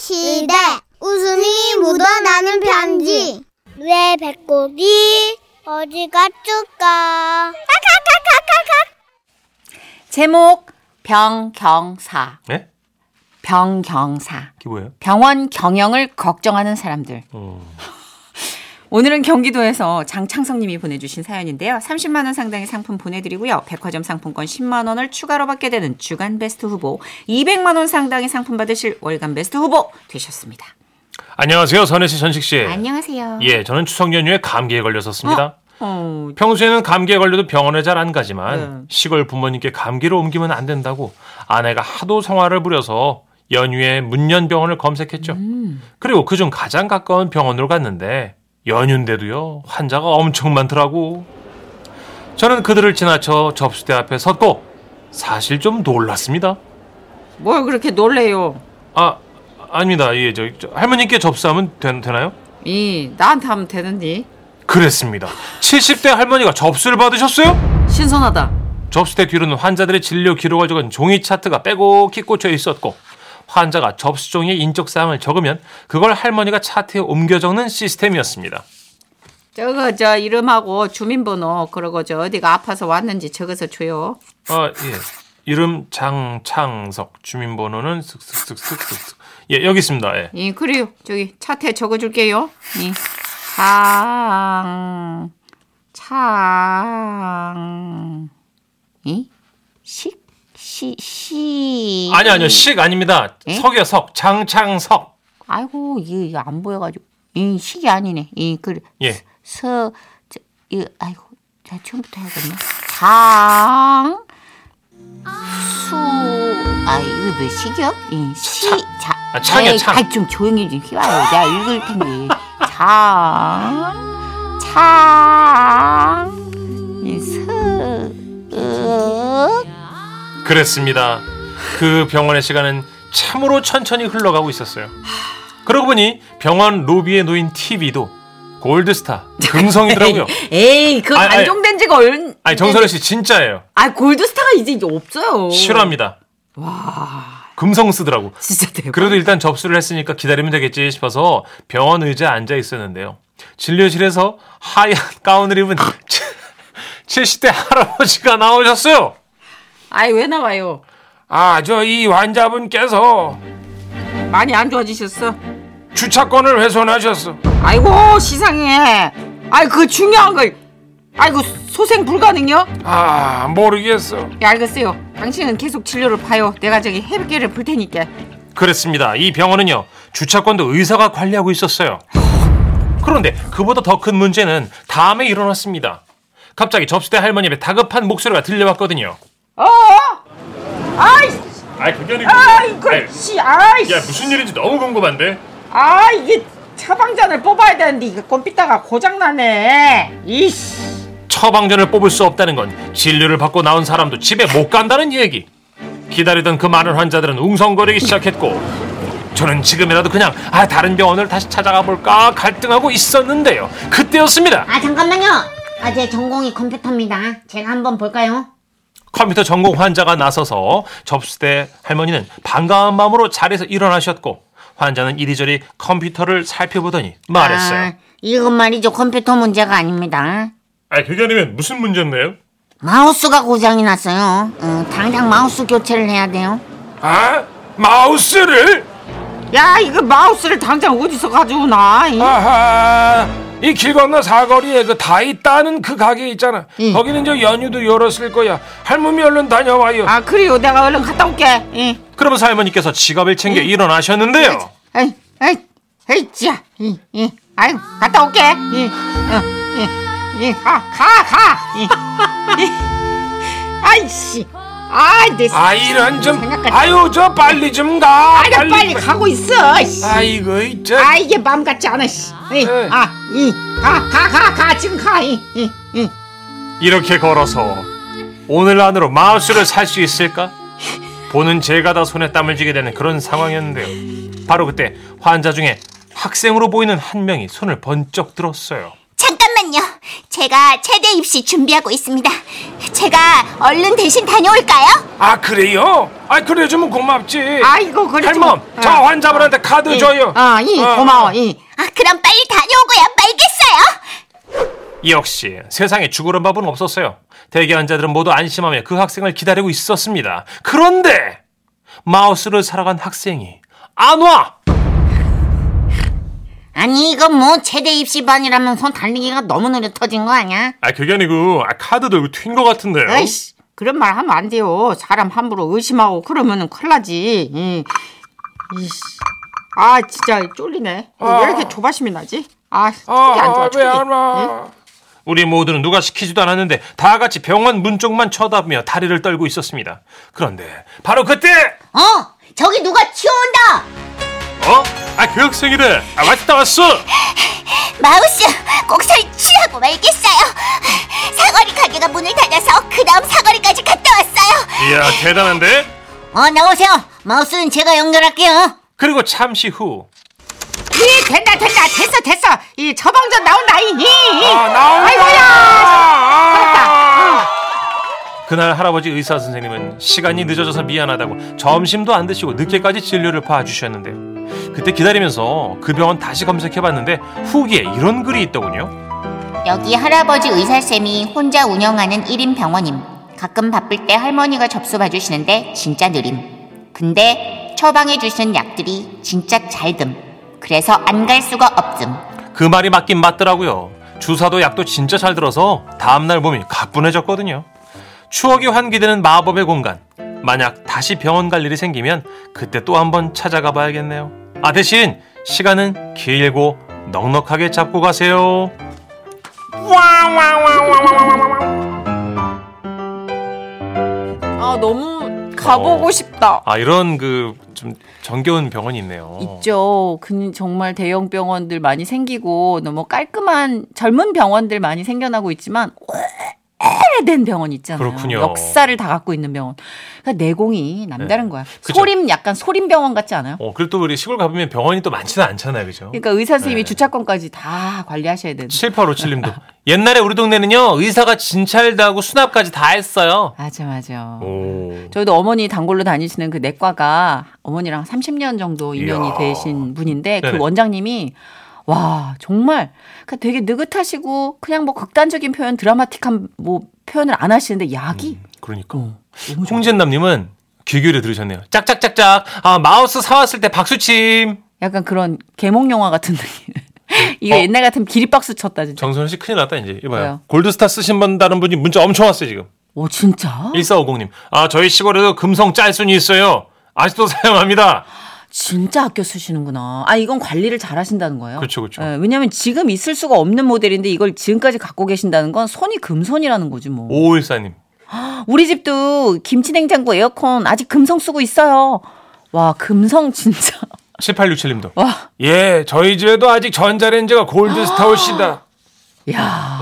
시대 웃음이 묻어나는 편지 왜 배꼽이 어디 갔을까 제목 병경사. 네? 병경사. 그게 뭐예요? 병원 경영을 걱정하는 사람들. 어. 오늘은 경기도에서 장창성 님이 보내주신 사연인데요. 30만 원 상당의 상품 보내드리고요. 백화점 상품권 10만 원을 추가로 받게 되는 주간 베스트 후보, 200만 원 상당의 상품 받으실 월간 베스트 후보 되셨습니다. 안녕하세요, 선혜 씨, 전식 씨. 안녕하세요. 예, 저는 추석 연휴에 감기에 걸렸었습니다. 어, 평소에는 감기에 걸려도 병원에 잘 안 가지만 네. 시골 부모님께 감기로 옮기면 안 된다고 아내가 하도 성화를 부려서 연휴에 문년병원을 검색했죠. 음. 그리고 그중 가장 가까운 병원으로 갔는데 연휴인데도요 환자가 엄청 많더라고. 저는 그들을 지나쳐 접수대 앞에 섰고 사실 좀 놀랐습니다. 뭘 그렇게 놀래요? 아 아닙니다. 예, 저, 저 할머님께 접수하면 되, 되나요? 이 나한테 하면 되는데 그랬습니다. 70대 할머니가 접수를 받으셨어요? 신선하다. 접수대 뒤로는 환자들의 진료 기록을 적은 종이 차트가 빼곡히 꽂혀 있었고 환자가 접수 종이에 인적 사항을 적으면 그걸 할머니가 차트에 옮겨 적는 시스템이었습니다. 저거 저 이름하고 주민번호 그러고 저 어디가 아파서 왔는지 적어서 줘요. 아 예. 이름 장창석 주민번호는 쓱쓱쓱쓱쓱 예 여기 있습니다. 예. 예, 그래요. 저기 차트에 적어줄게요. 예. 장, 창, 이, 식, 예? 시, 시. 아니 아니요 식 아닙니다. 예? 석이요 석 장창석 아이고, 이게 안 보여가지고. 이 식이 아니네. 이, 그래. 예. 서, 저, 이, 아이고, 자, 처음부터 해야겠네. 장, 수, 아, 이거 몇 식이요? 이, 시, 자, 아, 창이요, 창. 아이, 좀 조용히 좀 해봐요. 내가 읽을 텐데. 장, 창, 이, 예, 서, 으, 그랬습니다. 그 병원의 시간은 참으로 천천히 흘러가고 있었어요. 그러고 보니 병원 로비에 놓인 TV도 골드스타 금성이더라고요. 에이, 그건 아니, 아니. 안정된 지가 얼, 아니 정선혜 씨 진짜예요. 아, 골드스타가 이제 이제 없어요. 싫어합니다. 금성 쓰더라고. 진짜 대박. 그래도 일단 접수를 했으니까 기다리면 되겠지 싶어서 병원 의자에 앉아 있었는데요. 진료실에서 하얀 가운을 입은 70대 할아버지가 나오셨어요. 아이, 왜 나와요? 아, 저 이 환자분께서 많이 안 좋아지셨어? 주차권을 훼손하셨어. 아이고 시상해. 아이 그 중요한 걸. 아이고 소생 불가능요? 아, 모르겠어. 예 알겠어요. 당신은 계속 진료를 봐요. 내가 저기 해백계를 볼 테니까. 그렇습니다. 이 병원은요 주차권도 의사가 관리하고 있었어요. 그런데 그보다 더 큰 문제는 다음에 일어났습니다. 갑자기 접수대 할머님의 다급한 목소리가 들려왔거든요. 어? 아이 아 그게 아니고. 아이 그렇지 아이 무슨 일인지 너무 궁금한데. 아 이게 처방전을 뽑아야 되는데 이거 꼼피다가 고장 나네. 이씨. 처방전을 뽑을 수 없다는 건 진료를 받고 나온 사람도 집에 못 간다는 얘기. 기다리던 그 많은 환자들은 웅성거리기 시작했고 저는 지금이라도 그냥 아 다른 병원을 다시 찾아가 볼까 갈등하고 있었는데요. 그때였습니다. 아 잠깐만요. 아 제 전공이 컴퓨터입니다. 제가 한번 볼까요? 컴퓨터 전공 환자가 나서서 접수대 할머니는 반가운 마음으로 자리에서 일어나셨고 환자는 이리저리 컴퓨터를 살펴보더니 아, 이건 말이죠 컴퓨터 문제가 아닙니다. 아, 그게 아니면 무슨 문제였나요? 마우스가 고장이 났어요. 어, 당장 마우스 교체를 해야 돼요. 아, 마우스를? 야 이거 마우스를 당장 어디서 가져오나? 이? 아하, 이 길 건너 사거리에 그 다이 따는 그 가게 있잖아. 응. 거기는 저 연휴도 열었을 거야. 할머니 얼른 다녀와요. 아 그래요. 내가 얼른 갔다 올게. 예. 그러면서 할머니께서 지갑을 챙겨 일어나셨는데요. 에이, 에이, 에이, 자, 이, 이, 아유, 갔다 올게. 이, 어, 이, 이, 가, 가, 가. 이, 이. 아이씨, 아이, 내 아, 이런 좀, 생각까지. 아유, 저 빨리 좀 가. 아이가 빨리, 가고 있어. 씨. 아이고, 이제. 아, 이게 마음 같지 않아. 씨. 이, 에이. 아, 이, 가, 가, 가, 가, 지금 가. 이, 이, 이. 이렇게 걸어서 오늘 안으로 마우스를 살 수 있을까? 보는 제가 다 손에 땀을 쥐게 되는 그런 상황이었는데요. 바로 그때 환자 중에 학생으로 보이는 한 명이 손을 번쩍 들었어요. 잠깐만요. 제가 체대 입시 준비하고 있습니다. 제가 얼른 대신 다녀올까요? 아 그래요? 아 그래주면 고맙지. 아이고, 그래 좀- 할멈, 저 아. 환자분한테 카드 줘요. 아, 이 어. 고마워. 이. 아, 그럼 빨리 다녀오고야 말겠어요. 역시 세상에 죽으란 밥은 없었어요. 대기 환자들은 모두 안심하며 그 학생을 기다리고 있었습니다. 그런데 마우스를 사러 간 학생이 안 와. 아니 이거 뭐 체대 입시반이라면 손 달리기가 너무 느려 터진 거 아니야? 아 그게 아니고 아, 카드 들고 튄 것 같은데요. 에이씨 그런 말 하면 안 돼요. 사람 함부로 의심하고 그러면은 큰일 나지. 이. 이씨. 아 진짜 쫄리네. 왜 이렇게 조바심이 나지? 아 촉이 안 좋아 촉이. 우리 모두는 누가 시키지도 않았는데 다 같이 병원 문 쪽만 쳐다보며 다리를 떨고 있었습니다. 그런데 바로 그때 어, 저기 누가 치워온다. 어? 아 그 학생이래. 아 왔다 왔어. 마우스 꼭 설치하고 말겠어요. 사거리 가게가 문을 닫아서 그 다음 사거리까지 갔다 왔어요. 이야 대단한데. 어 나오세요. 마우스는 제가 연결할게요. 그리고 잠시 후. 이 된다 된다 됐어 됐어. 이 처방전 나온다 이. 이. 아, 그날 할아버지 의사 선생님은 시간이 늦어져서 미안하다고 점심도 안 드시고 늦게까지 진료를 봐주셨는데요. 그때 기다리면서 그 병원 다시 검색해봤는데 후기에 이런 글이 있더군요. 여기 할아버지 의사쌤이 혼자 운영하는 1인 병원임. 가끔 바쁠 때 할머니가 접수 봐주시는데 진짜 느림. 근데 처방해 주시는 약들이 진짜 잘듬. 그래서 안 갈 수가 없음. 그 말이 맞긴 맞더라고요. 주사도 약도 진짜 잘 들어서 다음날 몸이 가뿐해졌거든요. 추억이 환기되는 마법의 공간. 만약 다시 병원 갈 일이 생기면 그때 또 한번 찾아가 봐야겠네요. 아, 대신 시간은 길고 넉넉하게 잡고 가세요. 아 너무 가보고 어. 싶다. 아 이런 그 좀 정겨운 병원이 있네요. 있죠. 근 정말 대형 병원들 많이 생기고 너무 깔끔한 젊은 병원들 많이 생겨나고 있지만 오래된 병원 있잖아요. 그렇군요. 역사를 다 갖고 있는 병원. 그러니까 내공이 남다른 거야. 네. 그죠. 소림 약간 소림 병원 같지 않아요? 어 그리고 또 우리 시골 가보면 병원이 또 많지는 않잖아요, 그죠? 그러니까 의사 선생님이 네. 주차권까지 다 관리하셔야 되는. 7857님도 옛날에 우리 동네는요 의사가 진찰도 하고 수납까지 다 했어요. 맞아 맞아. 오. 저희도 어머니 단골로 다니시는 그 내과가 어머니랑 30년 정도 인연이 이야. 되신 분인데 네네. 그 원장님이 와 정말 그러니까 되게 느긋하시고 그냥 뭐 극단적인 표현 드라마틱한 뭐 표현을 안 하시는데 약이 그러니까 어, 너무 좋아. 홍진남님은 귀 기울여 들으셨네요. 짝짝짝짝 아 마우스 사왔을 때 박수침. 약간 그런 개몽 영화 같은 느낌. 이거 어. 옛날 같으면 기립박수 쳤다 진짜. 정선우 씨 큰일 났다 이제 이봐요. 왜요? 골드스타 쓰신 분 다른 분이 문자 엄청 왔어요 지금. 오 진짜? 1450님 아 저희 시골에도 금성 짤순이 있어요. 아직도 사용합니다. 진짜 아껴 쓰시는구나. 아 이건 관리를 잘 하신다는 거예요. 그쵸, 그쵸. 왜냐하면 지금 있을 수가 없는 모델인데 이걸 지금까지 갖고 계신다는 건 손이 금손이라는 거지 뭐. 오일사님 우리 집도 김치 냉장고 에어컨 아직 금성 쓰고 있어요. 와, 금성 진짜. 7867님도. 와. 예, 저희 집에도 아직 전자레인지가 골드스타우시다. 야.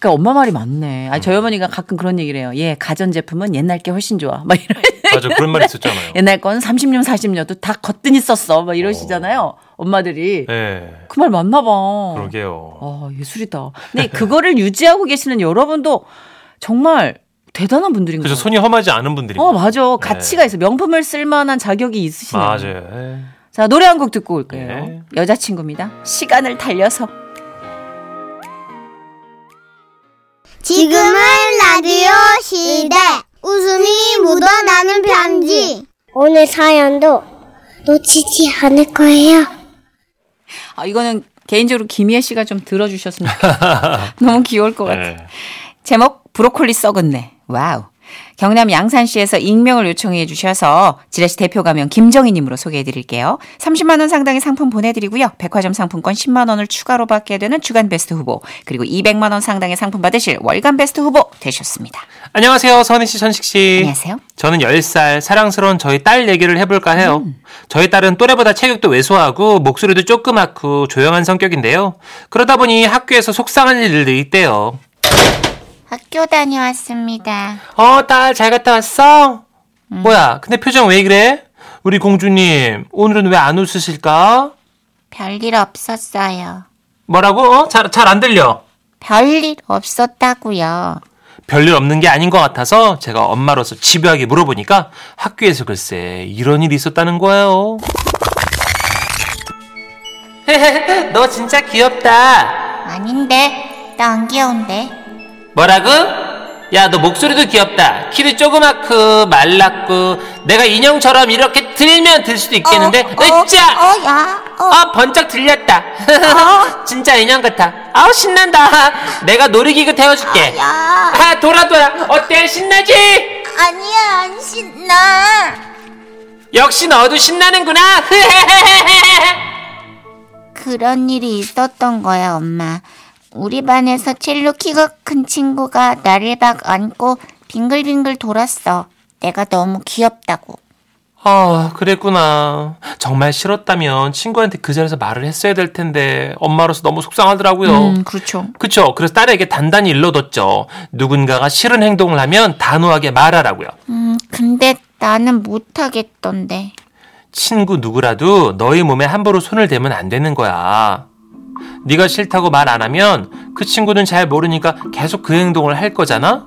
그러니까 엄마 말이 맞네. 아, 저희 어머니가 가끔 그런 얘기를 해요. 예, 가전 제품은 옛날 게 훨씬 좋아. 막 이런. 예, 맞아, 그런 말 있었잖아요. 옛날 건 30년, 40년도 다 거뜬히 썼어. 막 이러시잖아요. 엄마들이. 예, 그 말 맞나 봐. 그러게요. 아, 예술이다. 근데 그거를 유지하고 계시는 여러분도 정말 대단한 분들인 그래서 거예요. 손이 험하지 않은 분들이. 어, 네. 맞아. 가치가 있어. 명품을 쓸 만한 자격이 있으시네요. 맞아요. 예. 자, 노래 한 곡 듣고 올게요. 네. 여자친구입니다. 시간을 달려서. 지금은 라디오 시대. 웃음이 묻어나는 편지. 오늘 사연도 놓치지 않을 거예요. 아, 이거는 개인적으로 김희애 씨가 좀 들어주셨으면 좋겠어요. 너무 귀여울 것 네. 같아. 요 예. 제목, 브로콜리 썩었네. 와우. 경남 양산시에서 익명을 요청해 주셔서 지라시 대표 가명 김정희님으로 소개해 드릴게요. 30만 원 상당의 상품 보내드리고요. 백화점 상품권 10만 원을 추가로 받게 되는 주간 베스트 후보 그리고 200만 원 상당의 상품 받으실 월간 베스트 후보 되셨습니다. 안녕하세요, 선희 씨, 천식 씨. 안녕하세요. 저는 10살 사랑스러운 저희 딸 얘기를 해볼까 해요. 저희 딸은 또래보다 체격도 왜소하고 목소리도 조그맣고 조용한 성격인데요. 그러다 보니 학교에서 속상한 일들이 있대요. 학교 다녀왔습니다. 어, 딸, 잘 갔다 왔어? 뭐야, 근데 표정 왜 그래? 우리 공주님, 오늘은 왜 안 웃으실까? 별일 없었어요. 뭐라고? 어? 잘, 잘 안 들려. 별일 없었다고요. 별일 없는 게 아닌 것 같아서 제가 엄마로서 집요하게 물어보니까 학교에서 글쎄 이런 일이 있었다는 거예요. 너 진짜 귀엽다. 아닌데, 나 안 귀여운데. 뭐라고? 야, 너 목소리도 귀엽다. 키도 조그맣고 말랐고 내가 인형처럼 이렇게 들면 들 수도 있겠는데. 으쌰! 어, 야, 어. 아, 번쩍 들렸다. 진짜 인형 같아. 아우 신난다. 내가 놀이기구 태워줄게. 야, 아, 돌아 돌아. 어때? 신나지? 아니야, 안 신나. 역시 너도 신나는구나. 그런 일이 있었던 거야, 엄마. 우리 반에서 첼로 키가 큰 친구가 나를 막 안고 빙글빙글 돌았어. 내가 너무 귀엽다고. 아, 그랬구나. 정말 싫었다면 친구한테 그 자리에서 말을 했어야 될 텐데 엄마로서 너무 속상하더라고요. 음, 그렇죠. 그쵸. 그래서 딸에게 단단히 일러뒀죠. 누군가가 싫은 행동을 하면 단호하게 말하라고요. 음, 근데 나는 못하겠던데. 친구 누구라도 너희 몸에 함부로 손을 대면 안 되는 거야. 네가 싫다고 말 안 하면 그 친구는 잘 모르니까 계속 그 행동을 할 거잖아.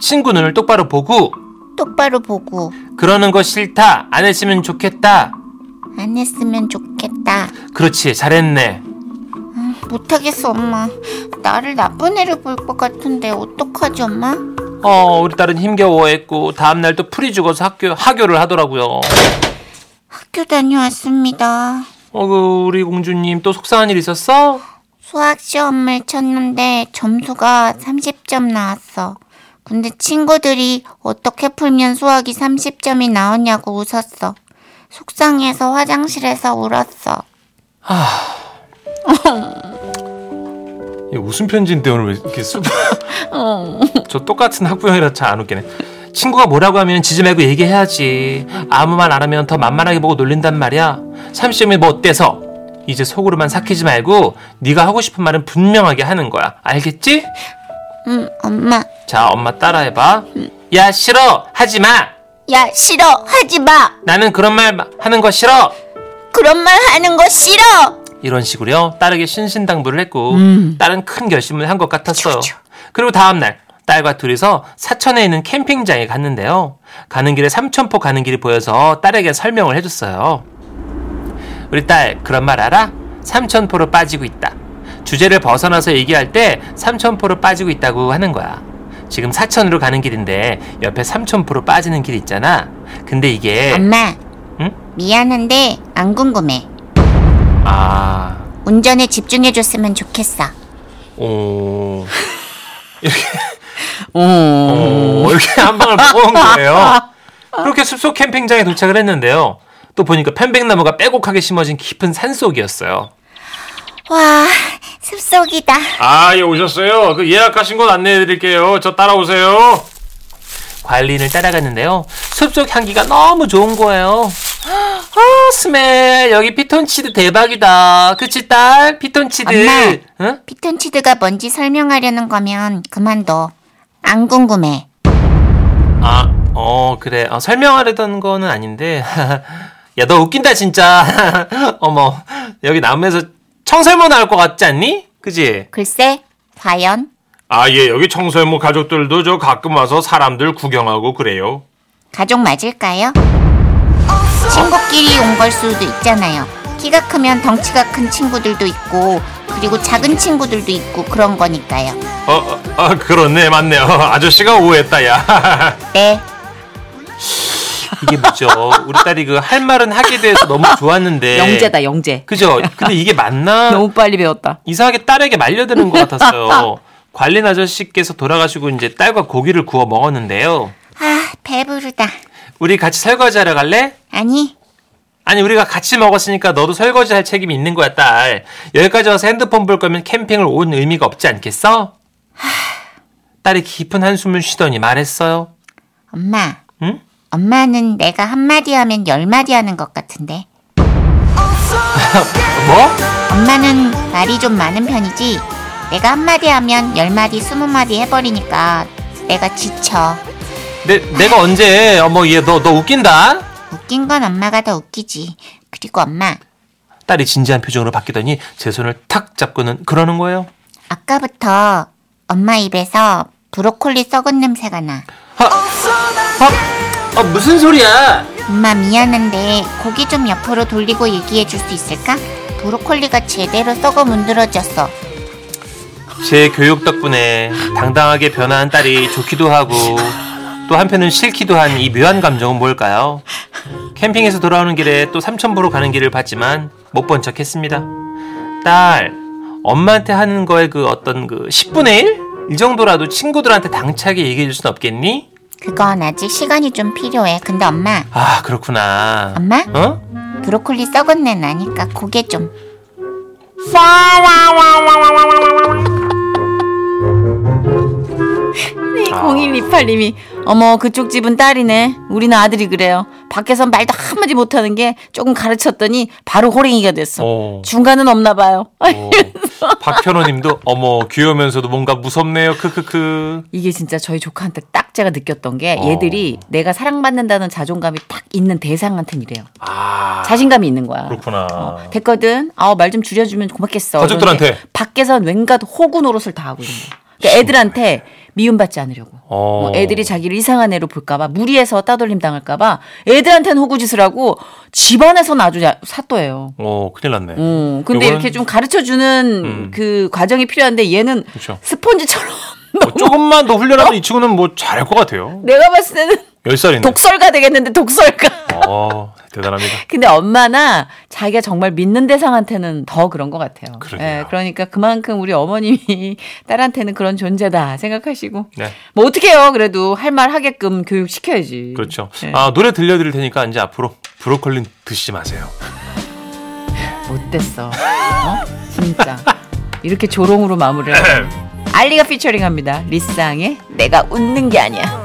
친구 눈을 똑바로 보고 똑바로 보고 그러는 거 싫다. 안 했으면 좋겠다. 안 했으면 좋겠다. 그렇지. 잘했네. 못하겠어, 엄마. 나를 나쁜 애를 볼 것 같은데 어떡하지, 엄마? 어, 우리 딸은 힘겨워했고 다음날 또 풀이 죽어서 학교 하교를 하더라고요. 학교 다녀왔습니다. 어, 그 우리 공주님 또 속상한 일 있었어? 수학 시험을 쳤는데 점수가 30점 나왔어. 근데 친구들이 어떻게 풀면 수학이 30점이 나오냐고 웃었어. 속상해서 화장실에서 울었어. 웃음 편지인데 오늘 왜 이렇게 슬? 저 똑같은 학부형이라 잘 안 웃기네. 친구가 뭐라고 하면 지지 말고 얘기해야지. 아무 말 안 하면 더 만만하게 보고 놀린단 말이야. 30점이 뭐 어때서? 이제 속으로만 삭히지 말고 네가 하고 싶은 말은 분명하게 하는 거야. 알겠지? 음, 엄마. 자, 엄마 따라해봐. 야, 싫어. 하지 마. 야, 싫어. 하지 마. 나는 그런 말 하는 거 싫어. 그런 말 하는 거 싫어. 이런 식으로요 딸에게 신신당부를 했고 음. 딸은 큰 결심을 한 것 같았어요 그리고 다음날 딸과 둘이서 사천에 있는 캠핑장에 갔는데요 가는 길에 삼천포 가는 길이 보여서 딸에게 설명을 해줬어요 우리 딸 그런 말 알아? 삼천포로 빠지고 있다 주제를 벗어나서 얘기할 때 삼천포로 빠지고 있다고 하는 거야 지금 사천으로 가는 길인데 옆에 삼천포로 빠지는 길 있잖아 근데 이게 엄마. 응? 미안한데 안 궁금해. 아... 운전에 집중해 줬으면 좋겠어. 오... 어. 오, 이렇게 한 방을 먹은 거예요. 그렇게 숲속 캠핑장에 도착을 했는데요. 또 보니까 편백나무가 빼곡하게 심어진 깊은 산속이었어요. 와, 숲속이다. 아, 예, 오셨어요. 그 예약하신 곳 안내해드릴게요. 저 따라오세요. 관리인을 따라갔는데요. 숲속 향기가 너무 좋은 거예요. 아, 스멜. 여기 피톤치드 대박이다. 그치, 딸? 피톤치드. 엄마. 응? 피톤치드가 뭔지 설명하려는 거면 그만둬. 안 궁금해. 아, 어, 그래. 아, 설명하려던 거는 아닌데. 야, 너 웃긴다, 진짜. 어머, 여기 남에서 청설모 나올 것 같지 않니? 그지? 글쎄, 과연? 아, 예, 여기 청설모 가족들도 저 가끔 와서 사람들 구경하고 그래요. 가족 맞을까요? 친구끼리 온 걸 수도 있잖아요. 키가 크면 덩치가 큰 친구들도 있고, 그리고 작은 친구들도 있고 그런 거니까요. 어, 어, 아, 그렇네, 맞네요. 아저씨가 오해했다, 야. 네, 이게 뭐죠? 우리 딸이 그 할 말은 하게 돼서 너무 좋았는데. 영재다, 영재. 그죠? 근데 이게 맞나? 너무 빨리 배웠다. 이상하게 딸에게 말려드는 것 같았어요. 관린 아저씨께서 돌아가시고 이제 딸과 고기를 구워 먹었는데요. 아, 배부르다. 우리 같이 설거지하러 갈래? 아니, 아니 우리가 같이 먹었으니까 너도 설거지할 책임이 있는 거야 딸. 여기까지 와서 핸드폰 볼 거면 캠핑을 온 의미가 없지 않겠어? 딸이 깊은 한숨을 쉬더니 말했어요. 엄마. 응? 엄마는 내가 한마디 하면 열마디 하는 것 같은데. 뭐? 엄마는 말이 좀 많은 편이지 내가 한마디 하면 열마디 스무마디 해버리니까 내가 지쳐 내, 내가 언제? 어머 얘 너 너 웃긴다. 웃긴 건 엄마가 더 웃기지 그리고 엄마 딸이 진지한 표정으로 바뀌더니 제 손을 탁 잡고는 그러는 거예요. 아까부터 엄마 입에서 브로콜리 썩은 냄새가 나. 아, 무슨 소리야? 엄마 미안한데 고기 좀 옆으로 돌리고 얘기해 줄 수 있을까? 브로콜리가 제대로 썩어 문드러졌어. 제 교육 덕분에 당당하게 변한 딸이 좋기도 하고 또 한편은 싫기도 한 이 묘한 감정은 뭘까요? 캠핑에서 돌아오는 길에 또 삼천부로 가는 길을 봤지만 못 본 척했습니다. 딸, 엄마한테 하는 거에 그 어떤 그 10분의 1? 이 정도라도 친구들한테 당차게 얘기해 줄 순 없겠니? 그건 아직 시간이 좀 필요해. 근데 엄마, 아, 그렇구나. 엄마? 어? 브로콜리 썩은 내 나니까 고개 좀. 공 0128님이 어머 그쪽 집은 딸이네 우리는 아들이 그래요 밖에선 말도 한마디 못하는 게 조금 가르쳤더니 바로 호랭이가 됐어 어. 중간은 없나 봐요 어. 박현호 님도 어머 귀여우면서도 뭔가 무섭네요. 크크크. 이게 진짜 저희 조카한테 딱 제가 느꼈던 게 어. 얘들이 내가 사랑받는다는 자존감이 딱 있는 대상한테는 이래요 아. 자신감이 있는 거야 그렇구나. 어, 됐거든 아말 좀 줄여주면 고맙겠어 가족들한테. 그런데 밖에선 웬가 호구 노릇을 다 하고 있는 거야 그러니까 애들한테 미움받지 않으려고 어. 뭐 애들이 자기를 이상한 애로 볼까봐 무리해서 따돌림 당할까봐 애들한테는 호구짓을 하고 집안에서는 아주 야- 사또예요. 어, 큰일 났네. 어, 근데 요거는- 이렇게 좀 가르쳐 주는 음. 그 과정이 필요한데 얘는 그쵸. 스폰지처럼 뭐 조금만 더 훈련하면 이 친구는 뭐 잘할 것 같아요. 내가 봤을 때는 10살인데. 독설가 되겠는데 독설가. 어, 대단합니다. 근데 엄마나 자기가 정말 믿는 대상한테는 더 그런 것 같아요. 그러게요. 그러니까 그만큼 우리 어머님이 딸한테는 그런 존재다 생각하시고 네. 뭐 어떻게요? 그래도 할 말 하게끔 교육 시켜야지. 그렇죠. 네. 아, 노래 들려드릴 테니까 이제 앞으로 브로콜리 드시지 마세요. 못됐어. 어? 진짜. 이렇게 조롱으로 마무리를. 하네. 알리가 피처링합니다. 리쌍의 내가 웃는 게 아니야.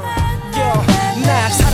Knives